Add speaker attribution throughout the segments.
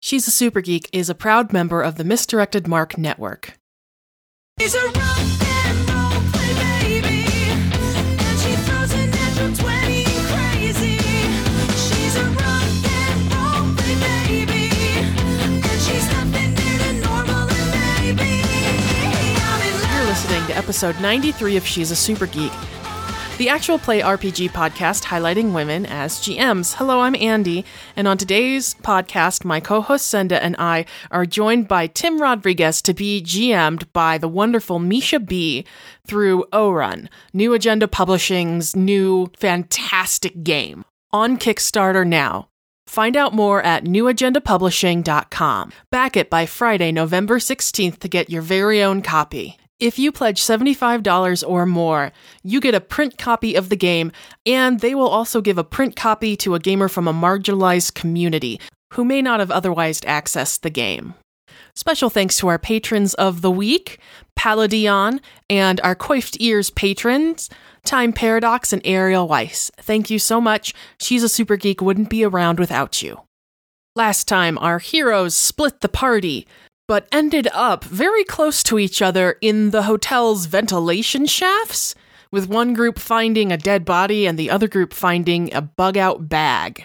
Speaker 1: She's a Super Geek is a proud member of the Misdirected Mark Network.
Speaker 2: She's a rock and roll play baby, and she throws an natural twenty crazy. She's a rock and roll play baby, and she's nothing new to normal and maybe. I'm in
Speaker 1: You're
Speaker 2: love.
Speaker 1: listening to episode 93 of She's a Super Geek, the actual play RPG podcast highlighting women as GMs. Hello, I'm Andy, and on today's podcast, my co host Senda and I are joined by Tim Rodriguez to be GM'd by the wonderful Misha B through Orun, New Agenda Publishing's new fantastic game on Kickstarter now. Find out more at newagendapublishing.com. Back it by Friday, November 16th to get your very own copy. If you pledge $75 or more, you get a print copy of the game, and they will also give a print copy to a gamer from a marginalized community who may not have otherwise accessed the game. Special thanks to our patrons of the week, Paladion, and our Coiffed Ears patrons, Time Paradox and Ariel Weiss. Thank you so much. She's a super geek, wouldn't be around without you. Last time, our heroes split the party, but ended up very close to each other in the hotel's ventilation shafts, with one group finding a dead body and the other group finding a bug out bag.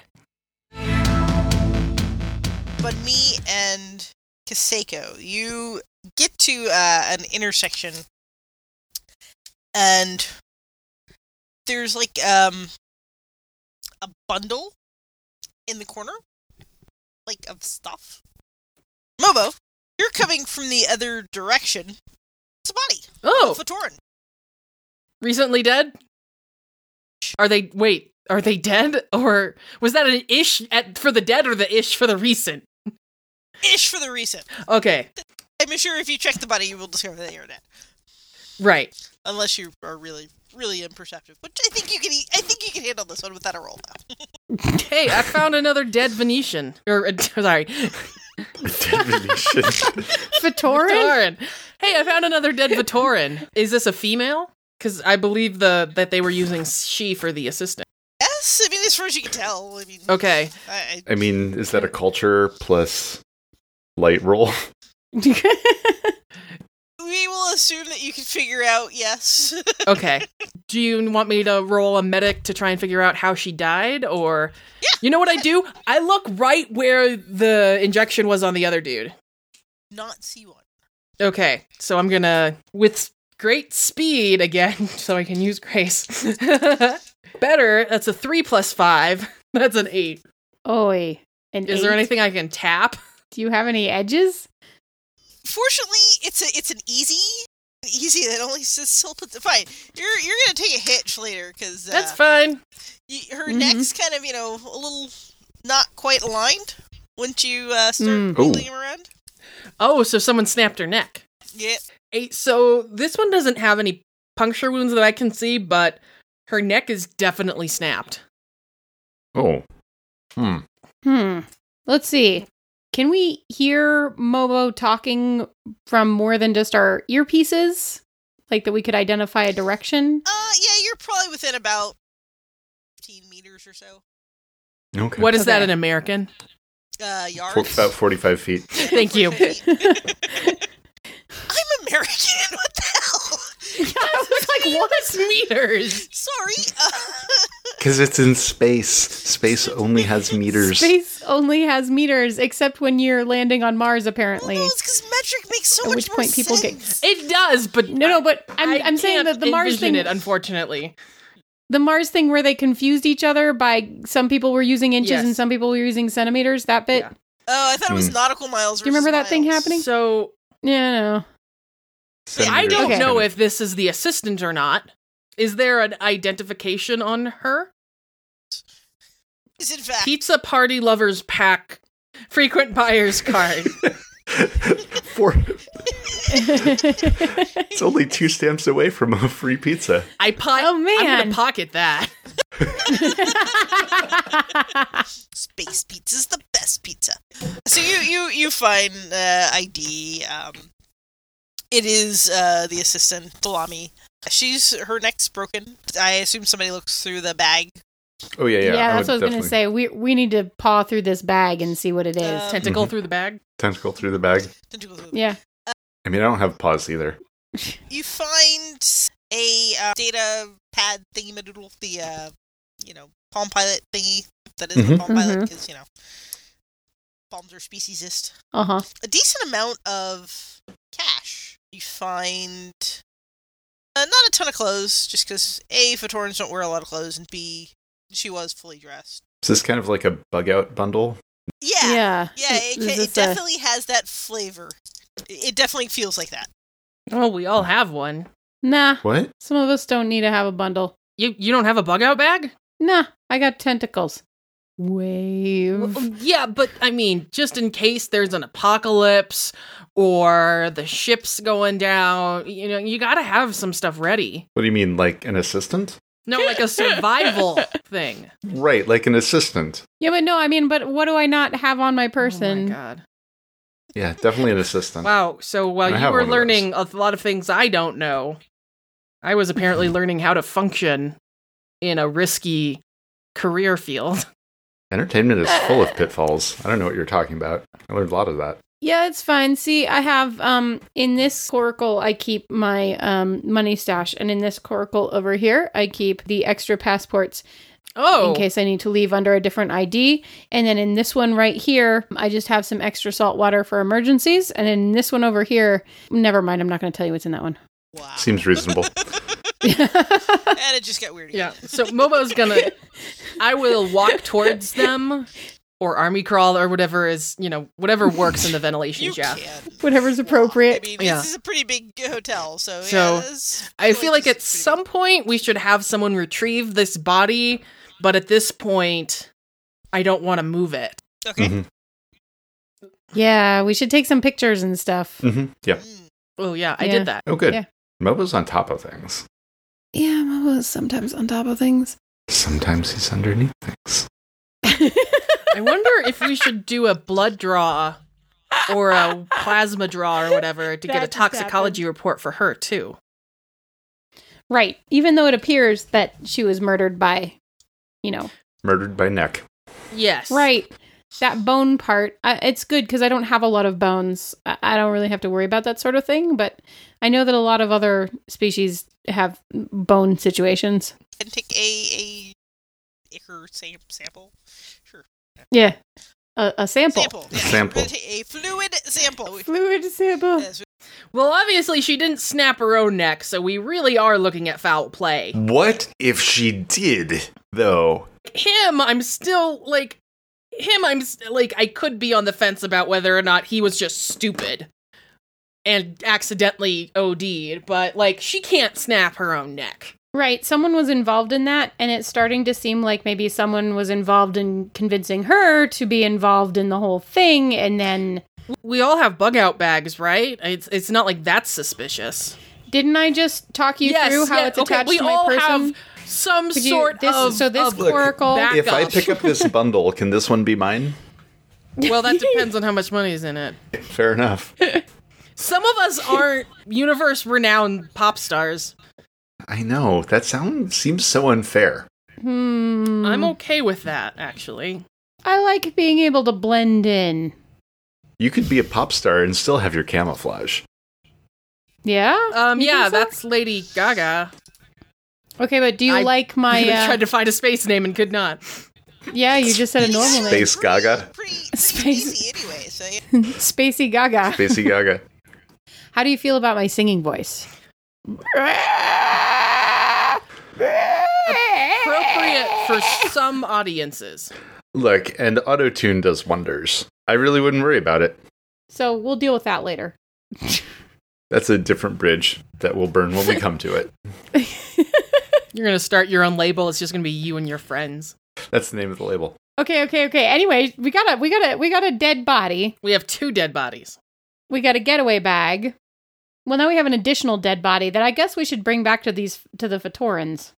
Speaker 3: but me and Kaseko, you get to uh, an intersection, and there's like um a bundle in the corner, like of stuff. Mobo, you're coming from the other direction. It's a body.
Speaker 1: Oh,
Speaker 3: of a Fatoran.
Speaker 1: recently dead? Are they wait, are they dead or was that an ish at, for the dead or the ish for the recent?
Speaker 3: Ish for the recent.
Speaker 1: Okay,
Speaker 3: I'm sure if you check the body, you will discover that you're dead,
Speaker 1: right.
Speaker 3: unless you are really, really imperceptive. Which I think you can. e, I think you can handle this one without a roll. Now.
Speaker 1: Hey, I found another dead Venetian or uh, sorry,
Speaker 4: Venetian.
Speaker 5: Fatoran?
Speaker 1: Vitorin. Hey, I found another dead Vitorin. Is this a female? Because I believe the that they were using she for the assistant.
Speaker 3: Yes, I mean, as far as you can tell, I mean,
Speaker 1: Okay,
Speaker 3: I,
Speaker 4: I mean, is that a culture plus light roll?
Speaker 3: I, we will assume that you can figure out. Yes,
Speaker 1: okay. Do you want me to roll a medic to try and figure out how she died, or you know what I do? I look right where the injection was on the other dude.
Speaker 3: not see one.
Speaker 1: Okay, so I'm gonna with great speed again, so I can use grace. Better. That's a three plus five. That's an eight.
Speaker 5: Oi. And
Speaker 1: Is there anything I can tap?
Speaker 5: Do you have any edges?
Speaker 3: Fortunately, it's a it's an easy, an easy that only says still puts it fine. You're you're gonna take a hitch later because uh,
Speaker 1: That's fine. Mm-hmm.
Speaker 3: y- her
Speaker 5: Mhm.
Speaker 3: neck's kind of you know a little not quite aligned once you uh, start
Speaker 5: Mm.
Speaker 4: Ooh.
Speaker 3: wheeling him around.
Speaker 1: Oh, so someone snapped her neck.
Speaker 3: Yeah,
Speaker 1: Eight. So this one doesn't have any puncture wounds that I can see, but her neck is definitely snapped.
Speaker 4: Oh. Hmm.
Speaker 5: Hmm. Let's see. Can we hear Mobo talking from more than just our earpieces? Like that we could identify a direction?
Speaker 3: uh, yeah, you're probably within about fifteen meters or so.
Speaker 4: Okay.
Speaker 1: What is that
Speaker 5: Okay.
Speaker 1: in American?
Speaker 3: Uh, yards.
Speaker 4: For, about 45 feet.
Speaker 1: Thank you.
Speaker 3: I'm American. What the hell?
Speaker 1: it's like what meters?
Speaker 3: Sorry. Uh,
Speaker 4: Because it's in space. Space only has meters.
Speaker 5: Space only has meters, except when you're landing on Mars,
Speaker 3: well,
Speaker 5: apparently.
Speaker 3: no, it's because metric makes so
Speaker 5: At
Speaker 3: much
Speaker 5: which
Speaker 3: more
Speaker 5: point people get-
Speaker 3: sense.
Speaker 1: It does, but
Speaker 5: No, no, but I'm,
Speaker 1: I
Speaker 5: I am saying
Speaker 1: can't
Speaker 5: that the Mars
Speaker 1: envision
Speaker 5: thing,
Speaker 1: it, unfortunately.
Speaker 5: the Mars thing where they confused each other by some people were using inches
Speaker 1: Yes.
Speaker 5: and some people were using centimeters. That bit.
Speaker 1: Yeah.
Speaker 3: Oh, I thought it was
Speaker 4: Hmm.
Speaker 3: nautical miles.
Speaker 5: Do you remember
Speaker 3: versus
Speaker 5: that thing
Speaker 3: miles.
Speaker 5: happening?
Speaker 1: So
Speaker 5: Yeah, no, no.
Speaker 1: I don't
Speaker 5: Okay.
Speaker 1: know if this is the assistant or not. Is there an identification on her?
Speaker 3: Is in fact.
Speaker 1: Pizza party lovers pack frequent buyers card.
Speaker 4: Four, it's only two stamps away from a free pizza.
Speaker 1: I po-
Speaker 5: Oh,
Speaker 1: I'm
Speaker 5: man.
Speaker 1: gonna pocket that.
Speaker 3: Space pizza's the best pizza. So you you you find uh, ID. Um, it is uh, the assistant Thalami. She's her neck's broken. I assume somebody looks through the bag
Speaker 4: Oh yeah, yeah.
Speaker 5: Yeah, that's what I was
Speaker 4: definitely
Speaker 5: gonna say. We we need to paw through this bag and see what it is.
Speaker 3: Uh,
Speaker 1: Tentacle
Speaker 4: Mhm.
Speaker 1: through the bag.
Speaker 4: Tentacle through the bag.
Speaker 3: Tentacles move.
Speaker 5: yeah.
Speaker 4: I mean, I don't have paws either.
Speaker 3: You find a uh, data pad thingy madoodle, the uh, you know Palm Pilot thingy that isn't
Speaker 4: Mhm.
Speaker 3: Palm Pilot
Speaker 5: Mhm.
Speaker 3: because you know palms are speciesist.
Speaker 5: Uh huh.
Speaker 3: A decent amount of cash. You find uh, not a ton of clothes, just because a Fatorans don't wear a lot of clothes, and b she was fully dressed.
Speaker 4: Is this kind of like a bug out bundle?
Speaker 3: Yeah, yeah,
Speaker 5: Yeah.
Speaker 3: it,
Speaker 5: Is uh,
Speaker 3: ca- it
Speaker 5: this a-
Speaker 3: definitely has that flavor. It it definitely feels like that.
Speaker 1: Oh, we all have one.
Speaker 5: nah.
Speaker 4: What?
Speaker 5: Some of us don't need to have a bundle.
Speaker 1: You you don't have a bug out bag?
Speaker 5: Nah. I got tentacles. Wave.
Speaker 1: Well, um, yeah, but I mean, just in case there's an apocalypse or the ship's going down, you know, you got to have some stuff ready.
Speaker 4: What do you mean, like an assistant?
Speaker 1: No, like a survival thing. Oh
Speaker 4: Right, like an assistant.
Speaker 5: Yeah, but no. I mean, but what do I not have on my person?
Speaker 1: Oh my god.
Speaker 4: Yeah, definitely an assistant.
Speaker 1: Wow. So while
Speaker 4: I
Speaker 1: you
Speaker 4: have
Speaker 1: were
Speaker 4: one of
Speaker 1: learning a lot of things I don't know, I was apparently learning how to function in a risky career field.
Speaker 4: Entertainment is full of pitfalls. I don't know what you're talking about. I learned a lot of that.
Speaker 5: Yeah, it's fine. See, I have um in this coracle I keep my um money stash and in this coracle over here I keep the extra passports
Speaker 1: Oh.
Speaker 5: in case I need to leave under a different ID. And then in this one right here, I just have some extra salt water for emergencies and in this one over here, never mind, I'm not going to tell you what's in that one.
Speaker 3: Wow,
Speaker 4: Seems reasonable.
Speaker 3: and it just got weird.
Speaker 1: Yeah.
Speaker 3: Again.
Speaker 1: So Momo's gonna I will walk towards them or army crawl or whatever is, you know, whatever works in the ventilation
Speaker 3: you
Speaker 1: shaft.
Speaker 3: can.
Speaker 5: Whatever's appropriate.
Speaker 3: I mean,
Speaker 1: Yeah.
Speaker 3: this is a pretty big hotel, so
Speaker 1: So,
Speaker 3: yeah, this-
Speaker 1: I feel like at
Speaker 3: this is pretty
Speaker 1: some point we should have someone retrieve this body, but at this point I don't want to move it.
Speaker 3: big. okay.
Speaker 4: Mhm.
Speaker 5: Yeah, we should take some pictures and stuff.
Speaker 4: hmm Yeah.
Speaker 3: Mm.
Speaker 1: Oh yeah, I
Speaker 5: Yeah.
Speaker 1: did that.
Speaker 4: Oh, good.
Speaker 5: Yeah.
Speaker 4: Mobo's on top of things.
Speaker 5: Yeah, Momo's sometimes on top of things.
Speaker 4: Sometimes he's underneath things.
Speaker 1: I wonder if we should do a blood draw or a plasma draw or whatever to get
Speaker 5: That
Speaker 1: a
Speaker 5: just
Speaker 1: toxicology report for her too.
Speaker 5: Right. Even though it appears that she was murdered by, you know,
Speaker 4: Murdered by neck.
Speaker 1: Yes.
Speaker 5: right. That bone part, I, it's good because I don't have a lot of bones. I, I don't really have to worry about that sort of thing, but I know that a lot of other species have bone situations.
Speaker 3: And take a a ichor sam- sample. Sure.
Speaker 5: Yeah. A, a sample.
Speaker 3: Sample. yeah.
Speaker 4: Sample.
Speaker 3: We're gonna take a fluid sample.
Speaker 5: Fluid sample.
Speaker 3: Yes,
Speaker 1: Well, obviously she didn't snap her own neck, so we really are looking at foul play.
Speaker 4: What if she did, though?
Speaker 1: Him, I'm still like him I'm st- like I could be on the fence about whether or not he was just stupid and accidentally OD'd, but like she can't snap her own neck.
Speaker 5: Right. Someone was involved in that, and it's starting to seem like maybe someone was involved in convincing her to be involved in the whole thing, and then
Speaker 1: We all have bug out bags, right? It's it's not like that's suspicious.
Speaker 5: Didn't I just talk you through how
Speaker 1: yeah,
Speaker 5: it's attached to my person?
Speaker 1: some
Speaker 5: Could you-
Speaker 1: sort
Speaker 5: this-
Speaker 1: of
Speaker 5: so this
Speaker 1: of
Speaker 5: Look, coracle-
Speaker 1: backup.
Speaker 4: If I pick up this bundle, can this one be mine?
Speaker 1: well, that depends on how much money is in it.
Speaker 4: Fair enough.
Speaker 1: Some of us aren't universe-renowned pop stars.
Speaker 4: I know. That sound seems so unfair.
Speaker 5: Hmm.
Speaker 1: I'm okay with that, actually.
Speaker 5: I like being able to blend in.
Speaker 4: You could be a pop star and still have your camouflage.
Speaker 5: Yeah.
Speaker 1: Um,
Speaker 5: You
Speaker 1: yeah,
Speaker 5: think so?
Speaker 1: that's Lady Gaga.
Speaker 5: okay. But do you
Speaker 1: I-
Speaker 5: like my?
Speaker 1: I
Speaker 5: Uh,
Speaker 1: tried to find a space name and could not.
Speaker 5: yeah, you just said a normal name.
Speaker 4: Space Gaga.
Speaker 3: Pretty, pretty,
Speaker 5: Space-
Speaker 3: easy anyway. So yeah.
Speaker 5: Spacey Gaga.
Speaker 4: Spacey Gaga.
Speaker 5: How do you feel about my singing voice?
Speaker 1: Appropriate for some audiences.
Speaker 4: Look, and autotune does wonders. I really wouldn't worry about it.
Speaker 5: So we'll deal with that later.
Speaker 4: That's a different bridge that will burn when we come to it.
Speaker 1: You're gonna start your own label. It's just gonna be you and your friends.
Speaker 4: That's the name of the label.
Speaker 5: Okay. Okay. Okay. Anyway, we got a we got a we got a dead body.
Speaker 1: We have two dead bodies.
Speaker 5: we got a getaway bag. Well, now we have an additional dead body that I guess we should bring back to these to the Fatorans.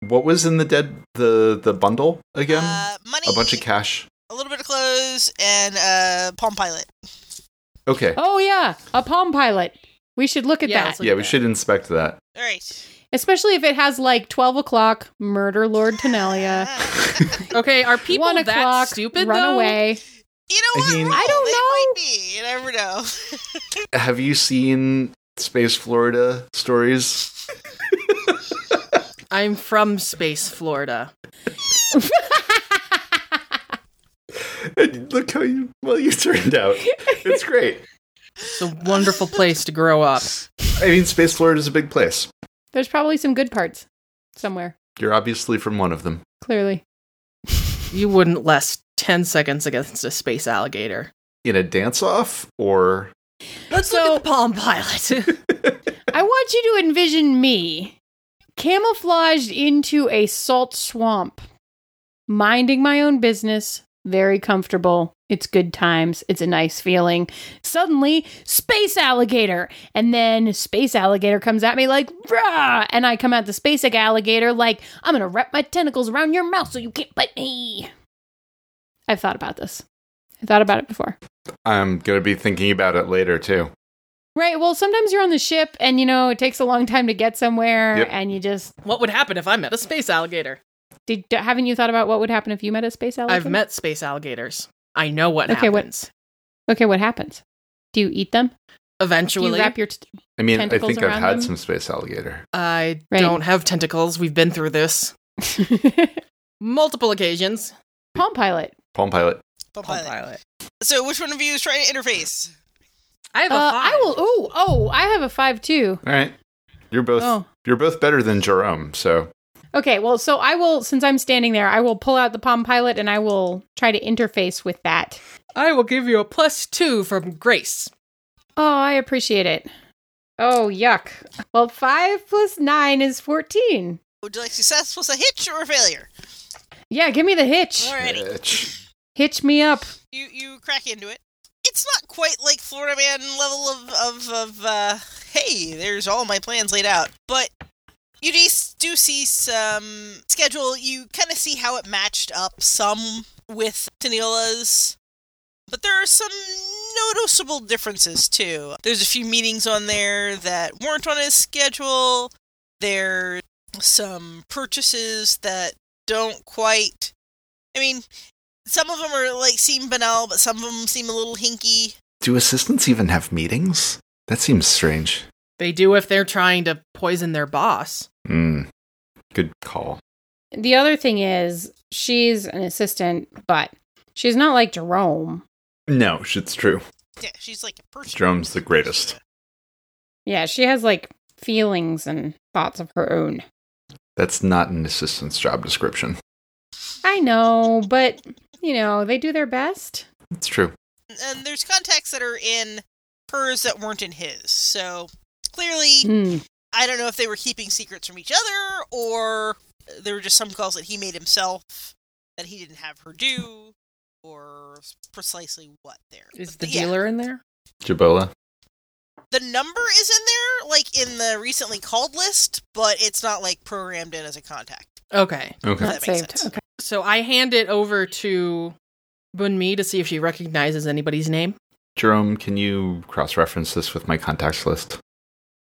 Speaker 4: What was in the dead the the bundle again?
Speaker 3: Uh, money.
Speaker 4: a bunch of cash.
Speaker 3: A little bit of clothes and uh, Palm Pilot.
Speaker 4: Okay.
Speaker 5: Oh yeah, a palm pilot. We should look at
Speaker 1: Yeah,
Speaker 5: that.
Speaker 1: let's look
Speaker 4: yeah,
Speaker 1: at
Speaker 4: we
Speaker 1: that.
Speaker 4: should inspect that.
Speaker 3: All right.
Speaker 5: especially if it has like twelve o'clock murder Lord Tenalia.
Speaker 1: Okay, are people
Speaker 5: One
Speaker 1: that
Speaker 5: o'clock,
Speaker 1: stupid
Speaker 5: run
Speaker 1: though?
Speaker 5: away.
Speaker 3: You know
Speaker 4: I
Speaker 3: what?
Speaker 4: mean-
Speaker 3: Roll.
Speaker 5: I don't
Speaker 3: they
Speaker 5: know.
Speaker 3: Might be. You never know.
Speaker 4: Have you seen Space Florida stories?
Speaker 1: I'm from space Florida.
Speaker 4: And look how you well you turned out. It's great.
Speaker 1: It's a wonderful place to grow up.
Speaker 4: I mean, Space Florida is a big place.
Speaker 5: There's probably some good parts somewhere.
Speaker 4: You're obviously from one of them.
Speaker 5: Clearly,
Speaker 1: You wouldn't last 10 seconds against a space alligator.
Speaker 4: In a dance off, or
Speaker 1: Let's
Speaker 5: So-
Speaker 1: look at the Palm Pilot.
Speaker 5: I want you to envision me camouflaged into a salt swamp, minding my own business. Very comfortable. It's good times. It's a nice feeling. Suddenly, space alligator. And then space alligator comes at me like, rah! And I come at the space alligator like, I'm going to wrap my tentacles around your mouth so you can't bite me. I've thought about this. I thought about it before.
Speaker 4: I'm gonna be thinking about it later too.
Speaker 5: Right. Well, sometimes you're on the ship and, you know, it takes a long time to get somewhere
Speaker 4: Yep.
Speaker 5: and you just
Speaker 1: what would happen if I met a space alligator?
Speaker 5: Did, d- haven't you thought about what would happen if you met a space alligator?
Speaker 1: I've met space alligators. I know what
Speaker 5: Okay, what-
Speaker 1: happens.
Speaker 5: Okay, what happens? Do you eat them? Do you
Speaker 1: Eventually,
Speaker 5: wrap your? T-
Speaker 4: I mean, I
Speaker 5: Tentacles
Speaker 4: think I've
Speaker 5: around
Speaker 4: had
Speaker 5: them?
Speaker 4: some space alligator.
Speaker 1: I
Speaker 5: Right.
Speaker 1: don't have tentacles. We've been through this multiple occasions.
Speaker 5: Palm pilot.
Speaker 4: Palm Pilot.
Speaker 3: But
Speaker 1: Palm
Speaker 3: by the-
Speaker 1: Pilot.
Speaker 3: So, which one of you is trying to interface?
Speaker 1: I have a
Speaker 5: Uh,
Speaker 1: five.
Speaker 5: I will. Oh, oh, I have a five too.
Speaker 4: All right, you're both
Speaker 5: Oh,
Speaker 4: you're both better than Jerome. So
Speaker 5: okay. Well, so I will. Since I'm standing there, I will pull out the palm pilot and I will try to interface with that.
Speaker 1: I will give you a plus two from Grace.
Speaker 5: Oh, I appreciate it. Oh, yuck. Well, five plus nine is fourteen.
Speaker 3: Would you like success plus a hitch or a failure?
Speaker 5: Yeah, give me the hitch.
Speaker 3: Alrighty.
Speaker 4: Bitch.
Speaker 5: Hitch me up.
Speaker 3: You you crack into it. It's not quite like Florida Man level of of of uh, hey, there's all my plans laid out, but you do, s- do see some schedule. You kind of see how it matched up some with Tanila's, but there are some noticeable differences too. There's a few meetings on there that weren't on his schedule. There's some purchases that don't quite. I mean, some of them are like seem banal, but some of them seem a little hinky.
Speaker 4: Do assistants even have meetings? That seems strange.
Speaker 1: They do if they're trying to poison their boss.
Speaker 4: Hmm. Good call.
Speaker 5: The other thing is, she's an assistant, but she's not like Jerome.
Speaker 4: No, it's true.
Speaker 3: Yeah, she's like a person.
Speaker 4: Jerome's the greatest.
Speaker 5: Yeah, she has like feelings and thoughts of her own.
Speaker 4: That's not an assistant's job description.
Speaker 5: I know, but you know, they do their best.
Speaker 4: It's true.
Speaker 3: And there's contacts that are in hers that weren't in his. So
Speaker 1: Mm-hmm.
Speaker 3: clearly,
Speaker 5: Mm.
Speaker 3: I don't know if they were keeping secrets from each other or there were just some calls that he made himself that he didn't have her do, or precisely what there
Speaker 1: Is the
Speaker 3: But yeah,
Speaker 1: dealer in there?
Speaker 4: Jabola.
Speaker 3: the number is in there, like in the recently called list, but it's not like programmed in as a contact.
Speaker 1: Okay.
Speaker 4: Okay.
Speaker 5: Not
Speaker 3: that makes
Speaker 5: saved.
Speaker 3: sense.
Speaker 5: Okay.
Speaker 1: So I hand it over to Bunmi to see if she recognizes anybody's name.
Speaker 4: Jerome, can you cross reference this with my contacts list?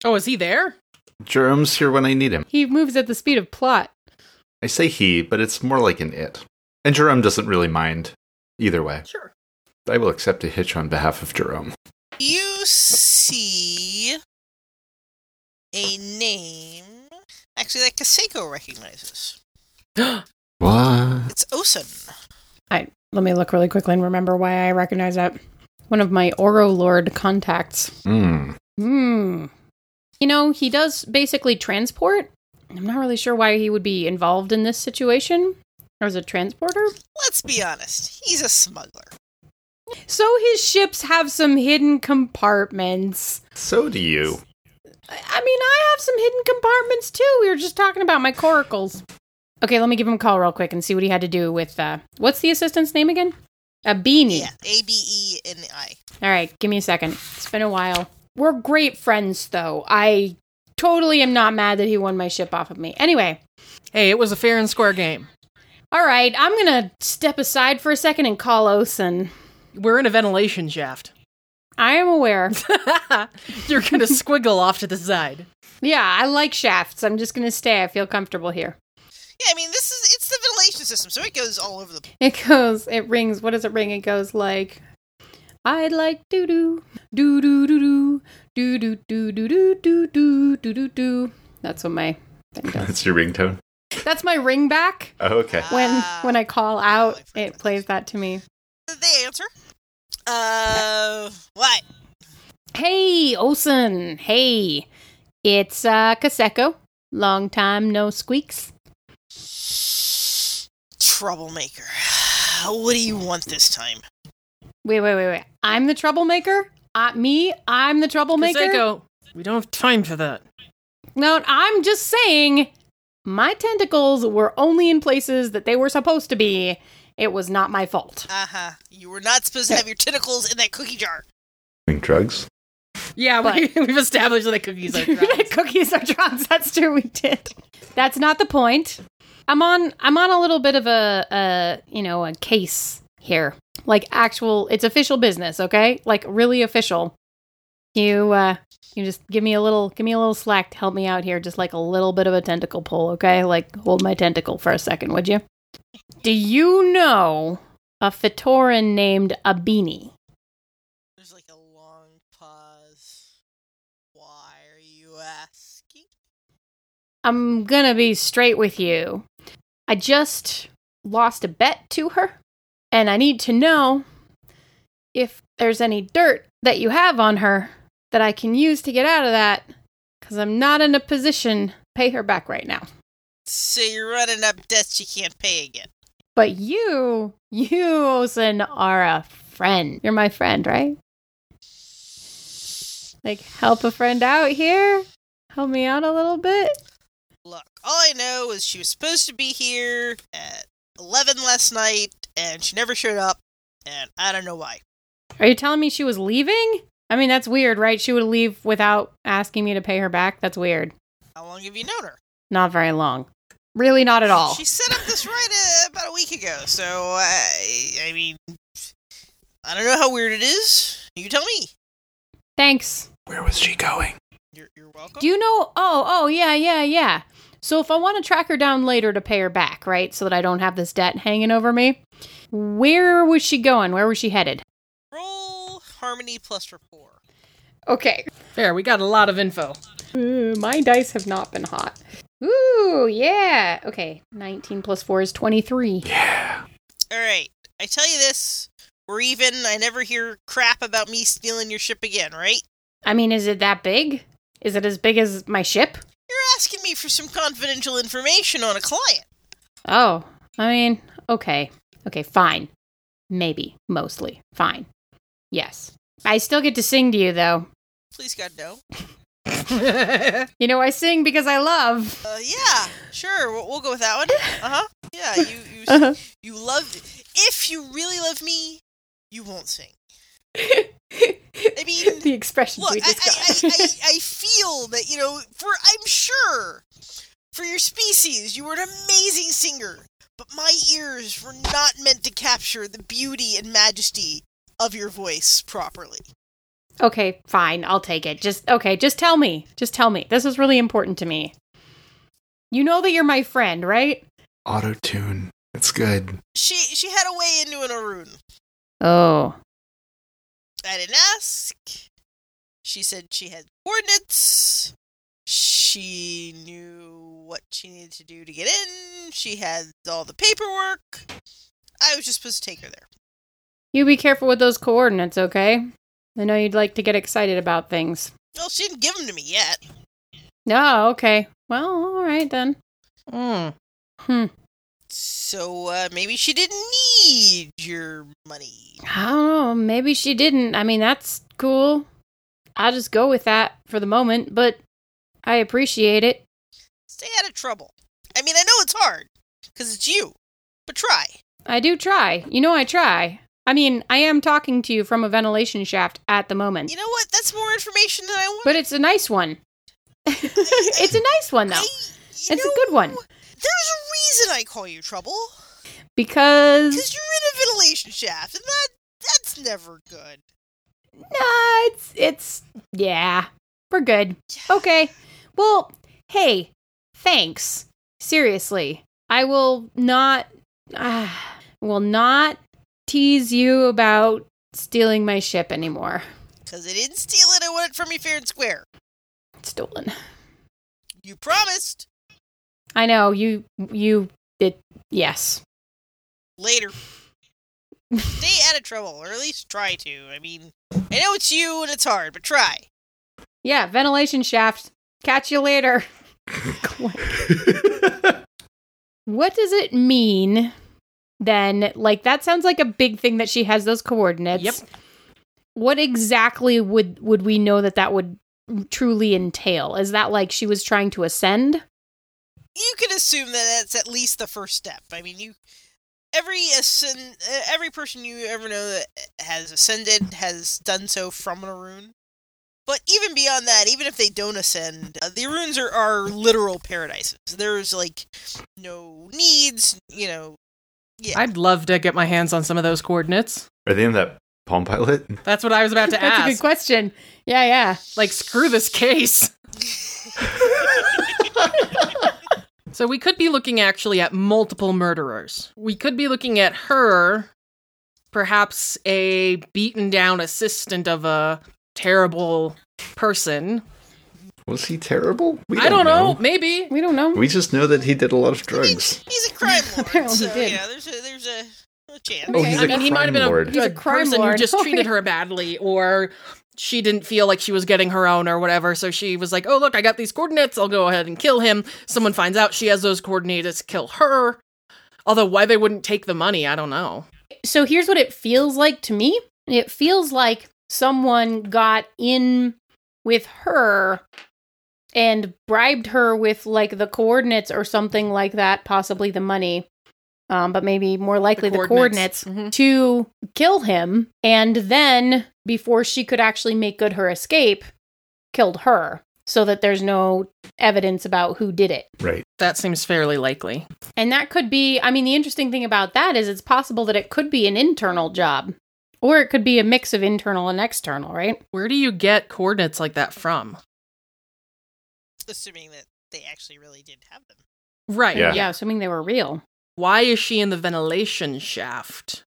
Speaker 1: Oh, is he there?
Speaker 4: Jerome's here when I need him.
Speaker 5: He moves at the speed of plot.
Speaker 4: I say he, but it's more like an it. And Jerome doesn't really mind either way.
Speaker 1: Sure.
Speaker 4: I will accept a hitch on behalf of Jerome.
Speaker 3: You see a name, actually, that Kaseko recognizes.
Speaker 4: What?
Speaker 3: It's Osen.
Speaker 5: I let me look really quickly and remember why I recognize that. One of my Oro Lord contacts.
Speaker 4: Mm.
Speaker 5: Hmm. You know, he does basically transport. I'm not really sure why he would be involved in this situation as a transporter,
Speaker 3: Let's be honest, he's a smuggler.
Speaker 5: So his ships have some hidden compartments.
Speaker 4: So do you.
Speaker 5: I I mean, I have some hidden compartments too. We were just talking about my coracles. Okay, let me give him a call real quick and see what he had to do with. Uh, what's the assistant's name again? A beanie.
Speaker 3: Yeah, A B E N I.
Speaker 5: All right, give me a second. It's been a while. We're great friends, though. I totally am not mad that he won my ship off of me. Anyway,
Speaker 1: Hey, it was a fair and square game.
Speaker 5: all right, I'm gonna step aside for a second and call Osen.
Speaker 1: We're in a ventilation shaft.
Speaker 5: I am aware.
Speaker 1: You're going to squiggle off to the side.
Speaker 5: Yeah, I like shafts. I'm just going to stay. I feel comfortable here.
Speaker 3: Yeah, I mean, this is it's the ventilation system, so it goes all over the.
Speaker 5: It goes, it rings. What does it ring? It goes like, I like doo doo, doo doo doo doo, doo doo doo doo doo doo doo doo doo. That's what my thing does.
Speaker 4: That's your ringtone.
Speaker 5: That's my ring back.
Speaker 4: Oh, okay.
Speaker 1: Uh,
Speaker 5: When
Speaker 3: Ah.
Speaker 5: when I call out,
Speaker 3: I forgot
Speaker 5: it plays that to me.
Speaker 3: They answer. Uh, what?
Speaker 5: Hey, Olson. Hey, it's uh, Kaseko. Long time no squeaks.
Speaker 3: Troublemaker. What do you want this time?
Speaker 5: Wait, wait, wait, wait. I'm the troublemaker. Uh, me, I'm the troublemaker.
Speaker 1: Kaseko, we don't have time for that.
Speaker 5: No, I'm just saying my tentacles were only in places that they were supposed to be. It was not my fault.
Speaker 3: Uh huh. You were not supposed to have your tentacles in that cookie jar.
Speaker 4: Doing drugs.
Speaker 1: Yeah, we, we've established that cookies are drugs.
Speaker 5: Cookies are drugs. That's true. We did. That's not the point. I'm on. I'm on a little bit of a, a you know, a case here. Like actual, it's official business. Okay, like really official. You, uh, you just give me a little, give me a little slack to help me out here. Just like a little bit of a tentacle pull. Okay, like hold my tentacle for a second, would you? Do you know a Fitoran named Abini?
Speaker 3: There's like a long pause. Why are you asking?
Speaker 5: I'm gonna be straight with you. I just lost a bet to her, and I need to know if there's any dirt that you have on her that I can use to get out of that, because I'm not in a position to pay her back right now.
Speaker 3: So you're running up debts you can't pay again.
Speaker 5: But you, you, Olsen, are a friend. You're my friend, right? Like, help a friend out here? Help me out a little bit?
Speaker 3: Look, all I know is she was supposed to be here at 11 last night, and she never showed up, and I don't know why.
Speaker 5: Are you telling me she was leaving? I mean, that's weird, right? She would leave without asking me to pay her back. That's weird.
Speaker 3: How long have you known her?
Speaker 5: Not very long. Really, not at all.
Speaker 3: She set up this right uh, about a week ago, so I, I mean, I don't know how weird it is. You tell me.
Speaker 5: Thanks.
Speaker 4: Where was she going?
Speaker 3: You're, you're welcome.
Speaker 5: Do you know? Oh, oh, yeah, yeah, yeah. So if I want to track her down later to pay her back, right? So that I don't have this debt hanging over me. Where was she going? Where was she headed?
Speaker 3: Roll harmony plus rapport.
Speaker 5: Okay.
Speaker 1: Fair, we got a lot of info.
Speaker 5: Ooh, Uh, my dice have not been hot. Ooh, yeah. Okay. 19 plus 4 is 23.
Speaker 4: Yeah.
Speaker 3: All right, I tell you this. We're even. I never hear crap about me stealing your ship again, right?
Speaker 5: I mean, is it that big? Is it as big as my ship?
Speaker 3: You're asking me for some confidential information on a client.
Speaker 5: Oh, I mean, okay. Okay, fine. Maybe. Mostly. Fine. Yes. I still get to sing to you, though.
Speaker 3: Please, God, no.
Speaker 5: You know, I sing because I love.
Speaker 3: Uh, yeah, sure. We'll, we'll go with that one. Uh huh. Yeah, you you
Speaker 5: Uh-huh.
Speaker 3: you love. If you really love me, you won't sing. I mean,
Speaker 5: the expressions
Speaker 3: look, I,
Speaker 5: we
Speaker 3: I,
Speaker 5: just
Speaker 3: I,
Speaker 5: got.
Speaker 3: I, I feel that you know. For I'm sure, for your species, you were an amazing singer. But my ears were not meant to capture the beauty and majesty of your voice properly.
Speaker 5: okay, fine. I'll take it. Just, okay, just tell me. Just tell me. This is really important to me. You know that you're my friend, right?
Speaker 4: Auto tune. It's good.
Speaker 3: She she had a way into an Arun.
Speaker 5: Oh.
Speaker 3: I didn't ask. She said she had coordinates. She knew what she needed to do to get in. She had all the paperwork. I was just supposed to take her there.
Speaker 5: You be careful with those coordinates, okay? I know you'd like to get excited about things.
Speaker 3: Well, she didn't give them to me yet.
Speaker 5: Oh, okay. Well, all right then.
Speaker 1: Mm.
Speaker 5: Hmm.
Speaker 3: So uh, maybe she didn't need your money.
Speaker 5: I don't know. Maybe she didn't. I mean, that's cool. I'll just go with that for the moment, but I appreciate it.
Speaker 3: Stay out of trouble. I mean, I know it's hard because it's you, but try.
Speaker 5: I do try. You know, I try. I mean, I am talking to you from a ventilation shaft at the moment,
Speaker 3: You know what? That's more information than I want.
Speaker 5: but it's a nice one. it's a nice one, though.
Speaker 3: I- you
Speaker 5: It's a good one.
Speaker 3: know, There's a reason I call you trouble.
Speaker 5: Because
Speaker 3: Because you're in a ventilation shaft, and that that's never good.
Speaker 5: nah, it's it's yeah, we're good. Okay. Well, hey, thanks. Seriously, I will not. Uh, will not tease you about stealing my ship anymore.
Speaker 3: Because I didn't steal it. I want it from you fair and square.
Speaker 5: It's stolen.
Speaker 3: You promised.
Speaker 5: I know you. You it. Yes.
Speaker 3: Later. Stay out of trouble, or at least try to. I mean, I know it's you and it's hard, but try.
Speaker 5: Yeah. Ventilation shaft. Catch you later. What does it mean then? Like that sounds like a big thing that she has those coordinates.
Speaker 1: Yep.
Speaker 5: What exactly would would we know that that would truly entail? Is that like she was trying to ascend?
Speaker 3: you can assume that that's at least the first step. I mean, you every ascend, uh, every person you ever know that has ascended has done so from an Arun. But even beyond that, even if they don't ascend, uh, the Aruns are, are literal paradises. There's like no needs, you know. Yeah,
Speaker 1: I'd love to get my hands on some of those coordinates.
Speaker 4: Are they in that Palm Pilot?
Speaker 1: That's what I was about to
Speaker 5: That's
Speaker 1: ask.
Speaker 5: a good question. Yeah, yeah.
Speaker 1: like, screw this case. so we could be looking actually at multiple murderers. We could be looking at her, perhaps a beaten down assistant of a terrible person.
Speaker 4: Was he terrible? We
Speaker 1: I don't know. Maybe.
Speaker 5: We don't know.
Speaker 4: We just know that he did a lot of drugs.
Speaker 3: he's a crime lord,
Speaker 5: Apparently
Speaker 3: so
Speaker 5: did.
Speaker 3: yeah, there's a there's a, a chance.
Speaker 5: Okay.
Speaker 4: Oh, he's
Speaker 5: I
Speaker 4: a
Speaker 5: mean,
Speaker 1: he might have
Speaker 4: crime
Speaker 1: been a-
Speaker 4: lord.
Speaker 5: He's a
Speaker 1: good
Speaker 5: crime
Speaker 1: person
Speaker 5: lord.
Speaker 1: who just treated her badly or she didn't feel like she was getting her own or whatever so she was like oh look i got these coordinates i'll go ahead and kill him someone finds out she has those coordinates kill her although why they wouldn't take the money i don't know
Speaker 5: so here's what it feels like to me it feels like someone got in with her and bribed her with like the coordinates or something like that possibly the money um, but maybe more likely the coordinates, Mm-hmm.
Speaker 1: Mhm.
Speaker 5: to kill him and then before she could actually make good her escape killed her so that there's no evidence about who did it
Speaker 4: Right.
Speaker 1: that seems fairly likely
Speaker 5: and that could be, I mean, the interesting thing about that is it's possible that it could be an internal job or it could be a mix of internal and external, right?
Speaker 1: where do you get coordinates like that from
Speaker 3: Assuming that they actually really did have them.
Speaker 1: right
Speaker 4: Yeah.
Speaker 5: assuming they were real.
Speaker 1: why is she in the ventilation shaft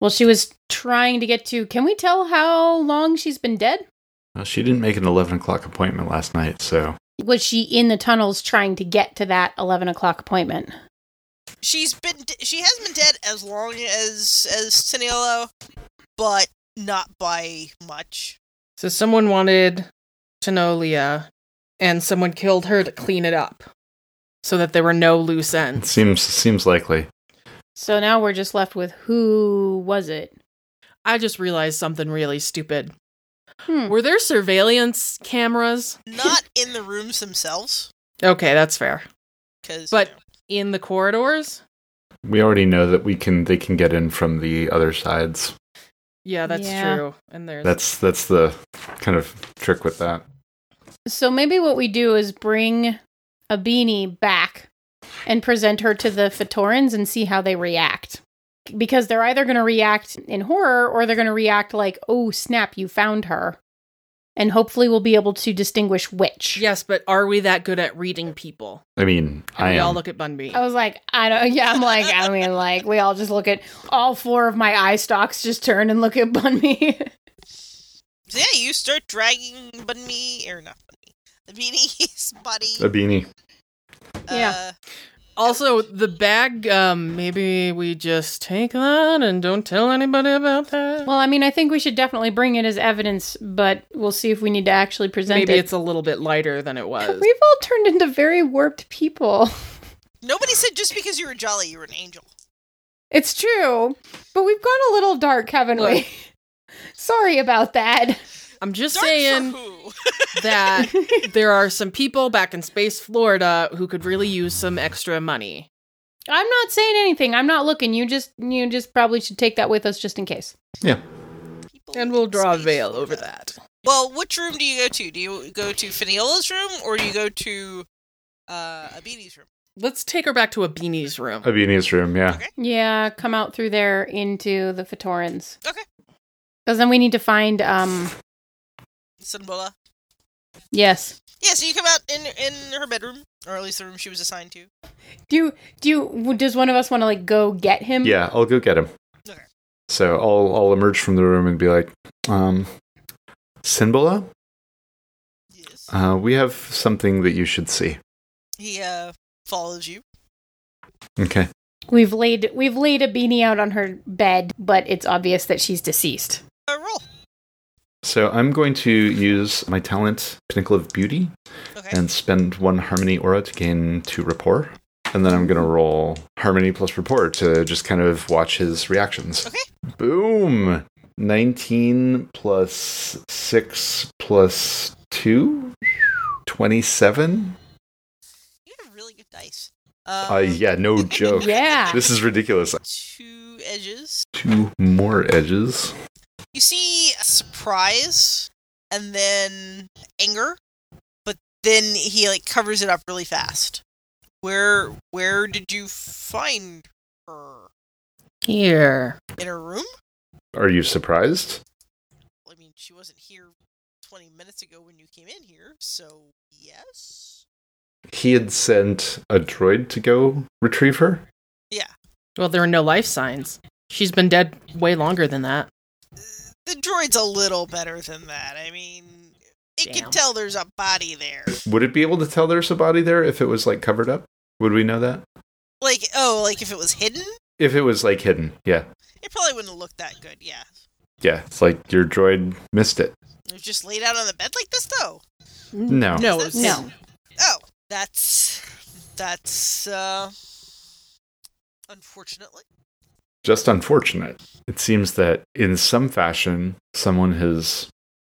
Speaker 5: Well, she was trying to get to, can we tell how long she's been dead?
Speaker 4: Well, she didn't make an 11 o'clock appointment last night, so.
Speaker 5: Was she in the tunnels trying to get to that 11 o'clock appointment?
Speaker 3: She's been d- she has been dead as long as as Sanilo, but not by much.
Speaker 1: so someone wanted tenolia and someone killed her to clean it up so that there were no loose
Speaker 4: It
Speaker 1: ends
Speaker 4: seems seems likely.
Speaker 5: So now we're just left with who was it?
Speaker 1: I just realized something really stupid.
Speaker 5: Hmm.
Speaker 1: Were there surveillance cameras?
Speaker 3: Not in the rooms themselves,
Speaker 1: Okay, that's fair.
Speaker 3: because
Speaker 1: But- In the corridors?
Speaker 4: We already know that we can they can get in from the other sides.
Speaker 1: Yeah, that's
Speaker 5: Yeah.
Speaker 1: true. And there's
Speaker 4: That's that's the kind of trick with that.
Speaker 5: So maybe what we do is bring a beanie back and present her to the Fatorans and see how they react. Because they're either going to react in horror or they're going to react like, oh, snap, you found her. And hopefully we'll be able to distinguish which.
Speaker 1: yes, but are we that good at reading people?
Speaker 4: I mean,
Speaker 1: And
Speaker 4: I
Speaker 1: we
Speaker 4: am.
Speaker 1: all look at Bunby.
Speaker 5: I was like, I don't, yeah, I'm like, I mean, like, we all just look at all four of my eye stalks just turn and look at Bunny.
Speaker 3: So yeah, you start dragging Bunny or not Bunny, the beanie's body.
Speaker 4: a beanie.
Speaker 5: Yeah.
Speaker 3: uh,
Speaker 1: Also, the bag, um, maybe we just take that and don't tell anybody about that.
Speaker 5: well, I mean, I think we should definitely bring it as evidence, but we'll see if we need to actually present
Speaker 1: maybe
Speaker 5: it.
Speaker 1: it's a little bit lighter than it was.
Speaker 5: We've all turned into very warped people.
Speaker 3: nobody said just because you were jolly, you were an angel.
Speaker 5: It's true, but we've gone a little dark, haven't we?
Speaker 1: Look.
Speaker 5: Sorry about that.
Speaker 1: I'm just
Speaker 3: Dark
Speaker 1: saying
Speaker 3: for who?
Speaker 1: that there are some people back in space Florida who could really use some extra money.
Speaker 5: I'm not saying anything. I'm not looking. You just you just probably should take that with us just in case.
Speaker 4: Yeah.
Speaker 3: People
Speaker 1: And we'll
Speaker 3: in
Speaker 1: draw a
Speaker 3: space
Speaker 1: veil
Speaker 3: for
Speaker 1: over that.
Speaker 3: Well, which room do you go to? Do you go to Finiola's room or do you go to uh, a beanie's room?
Speaker 1: Let's take her back to a beanie's room.
Speaker 4: Uh, A beanie's room, yeah.
Speaker 3: Okay.
Speaker 5: Yeah, come out through there into the Fatorans.
Speaker 3: Okay.
Speaker 5: Because then we need to find. um
Speaker 3: Sunbola.
Speaker 5: Yes.
Speaker 3: Yeah, so you come out in in her bedroom, or at least the room she was assigned to.
Speaker 5: Do you do you? Does one of us want to like go get him?
Speaker 4: Yeah, I'll go get him.
Speaker 3: Mm-hmm. Okay.
Speaker 4: So I'll I'll emerge from the room and be like, um, Simbola,
Speaker 3: Yes.
Speaker 4: uh, we have something that you should see.
Speaker 3: He uh follows you.
Speaker 4: Okay.
Speaker 5: We've laid we've laid a beanie out on her bed, but it's obvious that she's deceased.
Speaker 3: Uh, roll.
Speaker 4: So I'm going to use my talent, Pinnacle of Beauty,
Speaker 3: Okay.
Speaker 4: and spend one Harmony Aura to gain two Rapport. And then I'm
Speaker 3: Mm-hmm.
Speaker 4: going to roll Harmony plus Rapport to just kind of watch his reactions. Okay. Boom! 19 plus 6 plus 2? 27?
Speaker 3: you have really good dice. Um,
Speaker 4: Uh, yeah, no joke.
Speaker 5: Yeah.
Speaker 4: This is ridiculous.
Speaker 3: Two edges.
Speaker 4: Two more edges.
Speaker 3: You see surprise and then anger, but then he like covers it up really fast. Where where did you find her?
Speaker 5: Here.
Speaker 3: In her room?
Speaker 4: Are you surprised?
Speaker 3: Well, I mean, she wasn't here 20 minutes ago when you came in here, so yes.
Speaker 4: He had sent a droid to go retrieve her.
Speaker 1: Well, there are no life signs. She's been dead way longer than that.
Speaker 3: The droid's a little better than that. I mean, it
Speaker 1: Damn.
Speaker 3: can tell there's a body there.
Speaker 4: Would it be able to tell there's a body there if it was like covered up? Would we know that?
Speaker 3: Like, oh, like if it was hidden,
Speaker 4: If it was like hidden, yeah.
Speaker 3: it probably wouldn't look that good, yeah.
Speaker 4: Yeah, it's like your droid missed it.
Speaker 3: It was just laid out on the bed like this, though.
Speaker 4: No.
Speaker 1: No, it was-
Speaker 5: No.
Speaker 3: Oh, that's that's uh unfortunately.
Speaker 4: Just unfortunate. It seems that in some fashion, someone has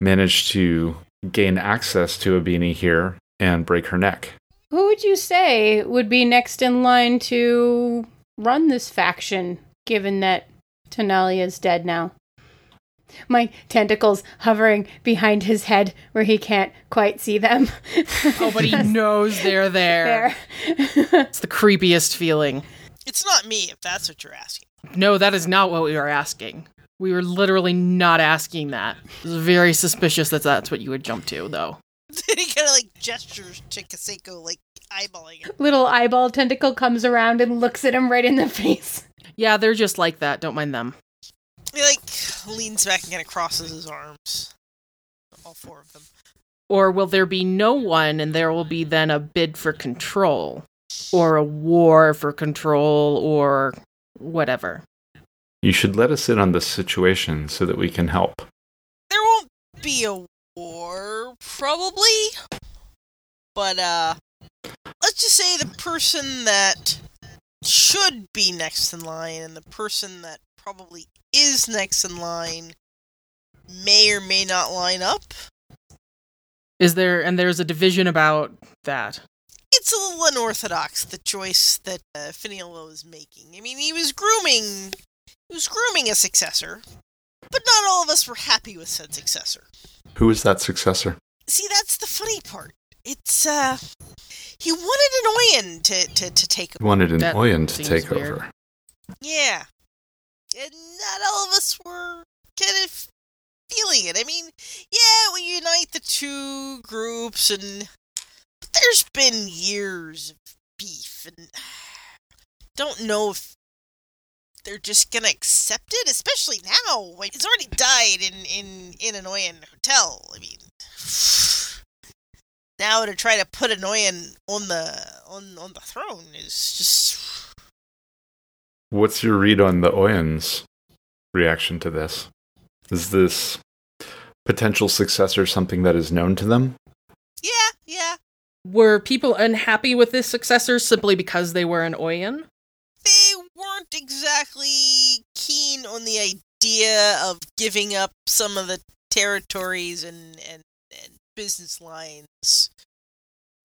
Speaker 4: managed to gain access to a beanie here and break her neck.
Speaker 5: Who would you say would be next in line to run this faction, given that Tanalia is dead now? My tentacles hovering behind his head where he can't quite see them.
Speaker 1: Oh, but he knows they're there.
Speaker 5: There.
Speaker 1: It's the creepiest feeling.
Speaker 3: It's not me if that's what you're asking.
Speaker 1: No, that is not what we were asking. We were literally not asking that. It was very suspicious that that's what you would jump to, though.
Speaker 3: Then he kind of like gestures to Kaseko, like eyeballing him.
Speaker 5: Little eyeball tentacle comes around and looks at him right in the face.
Speaker 1: Yeah, they're just like that. Don't mind them.
Speaker 3: He like leans back and kind of crosses his arms. All four of them.
Speaker 1: Or will there be no one and there will be then a bid for control or a war for control or whatever?
Speaker 4: You should let us in on this situation so that we can help.
Speaker 3: There won't be a war, probably. But uh let's just say the person that should be next in line and the person that probably is next in line may or may not line up.
Speaker 1: Is there, and there's a division about that.
Speaker 3: It's a little unorthodox the choice that uh, Finiello is making. I mean, he was grooming he was grooming a successor, but not all of us were happy with said successor.
Speaker 4: Who is that successor?
Speaker 3: See, that's the funny part. It's uh he wanted an Oyen to, to, to take him.
Speaker 4: He wanted an
Speaker 1: That
Speaker 4: Oyen to
Speaker 1: seems
Speaker 4: take
Speaker 1: weird.
Speaker 4: over.
Speaker 3: Yeah. And not all of us were kind of feeling it. I mean, yeah, we unite the two groups and but there's been years of beef and don't know if they're just gonna accept it, especially now. Like it's already died in in in an Oyen hotel. I mean, now to try to put an Oyen on the on on the throne is just
Speaker 4: What's your read on the Oyen's reaction to this? Is this potential successor something that is known to them?
Speaker 3: yeah, yeah.
Speaker 1: Were people unhappy with this successor simply because they were an Oyen?
Speaker 3: They weren't exactly keen on the idea of giving up some of the territories and and and business lines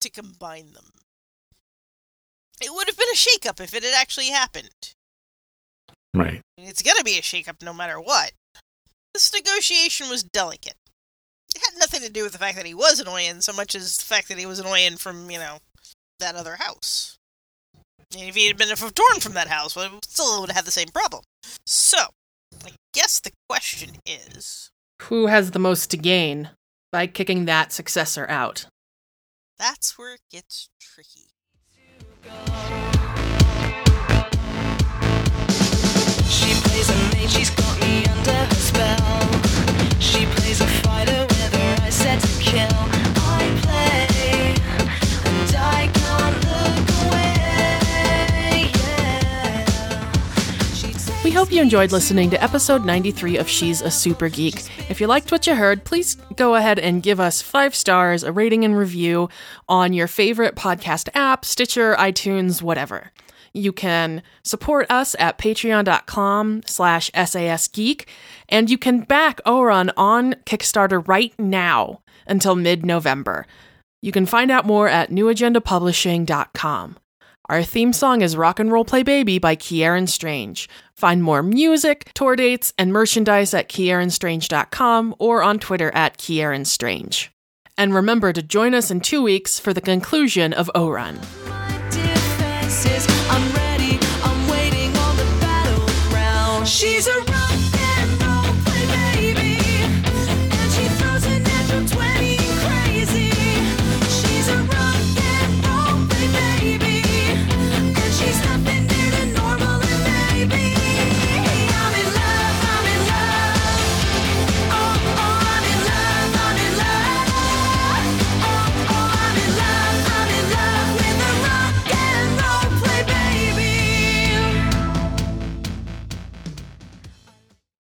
Speaker 3: to combine them. It would have been a shakeup if it had actually happened.
Speaker 4: Right.
Speaker 3: It's going to be a shakeup no matter what. This negotiation was delicate. It had nothing to do with the fact that he was an Oyen so much as the fact that he was an Oyen from, you know, that other house. And if he had been a Faftorn from that house, well, still would have had the same problem. So, I guess the question is
Speaker 1: Who has the most to gain by kicking that successor out?
Speaker 3: that's where it gets tricky.
Speaker 2: She plays a maid, she's got me under her spell. She plays a fighter with her eyes set to kill. I play, and I can't look away. Yeah.
Speaker 1: We hope you enjoyed listening to episode 93 of She's a Super Geek. If you liked what you heard, please go ahead and give us five stars, a rating and review on your favorite podcast app, Stitcher, iTunes, whatever. You can support us at patreon.com slash sasgeek, and you can back Oron on Kickstarter right now until mid-November. You can find out more at newagendapublishing.com. Our theme song is Rock and Roll Play Baby by Kieran Strange. Find more music, tour dates, and merchandise at kieranstrange.com or on Twitter at Kieran Strange. And remember to join us in two weeks for the conclusion of O Run.
Speaker 2: My defenses, I'm ready. Oh, Oh,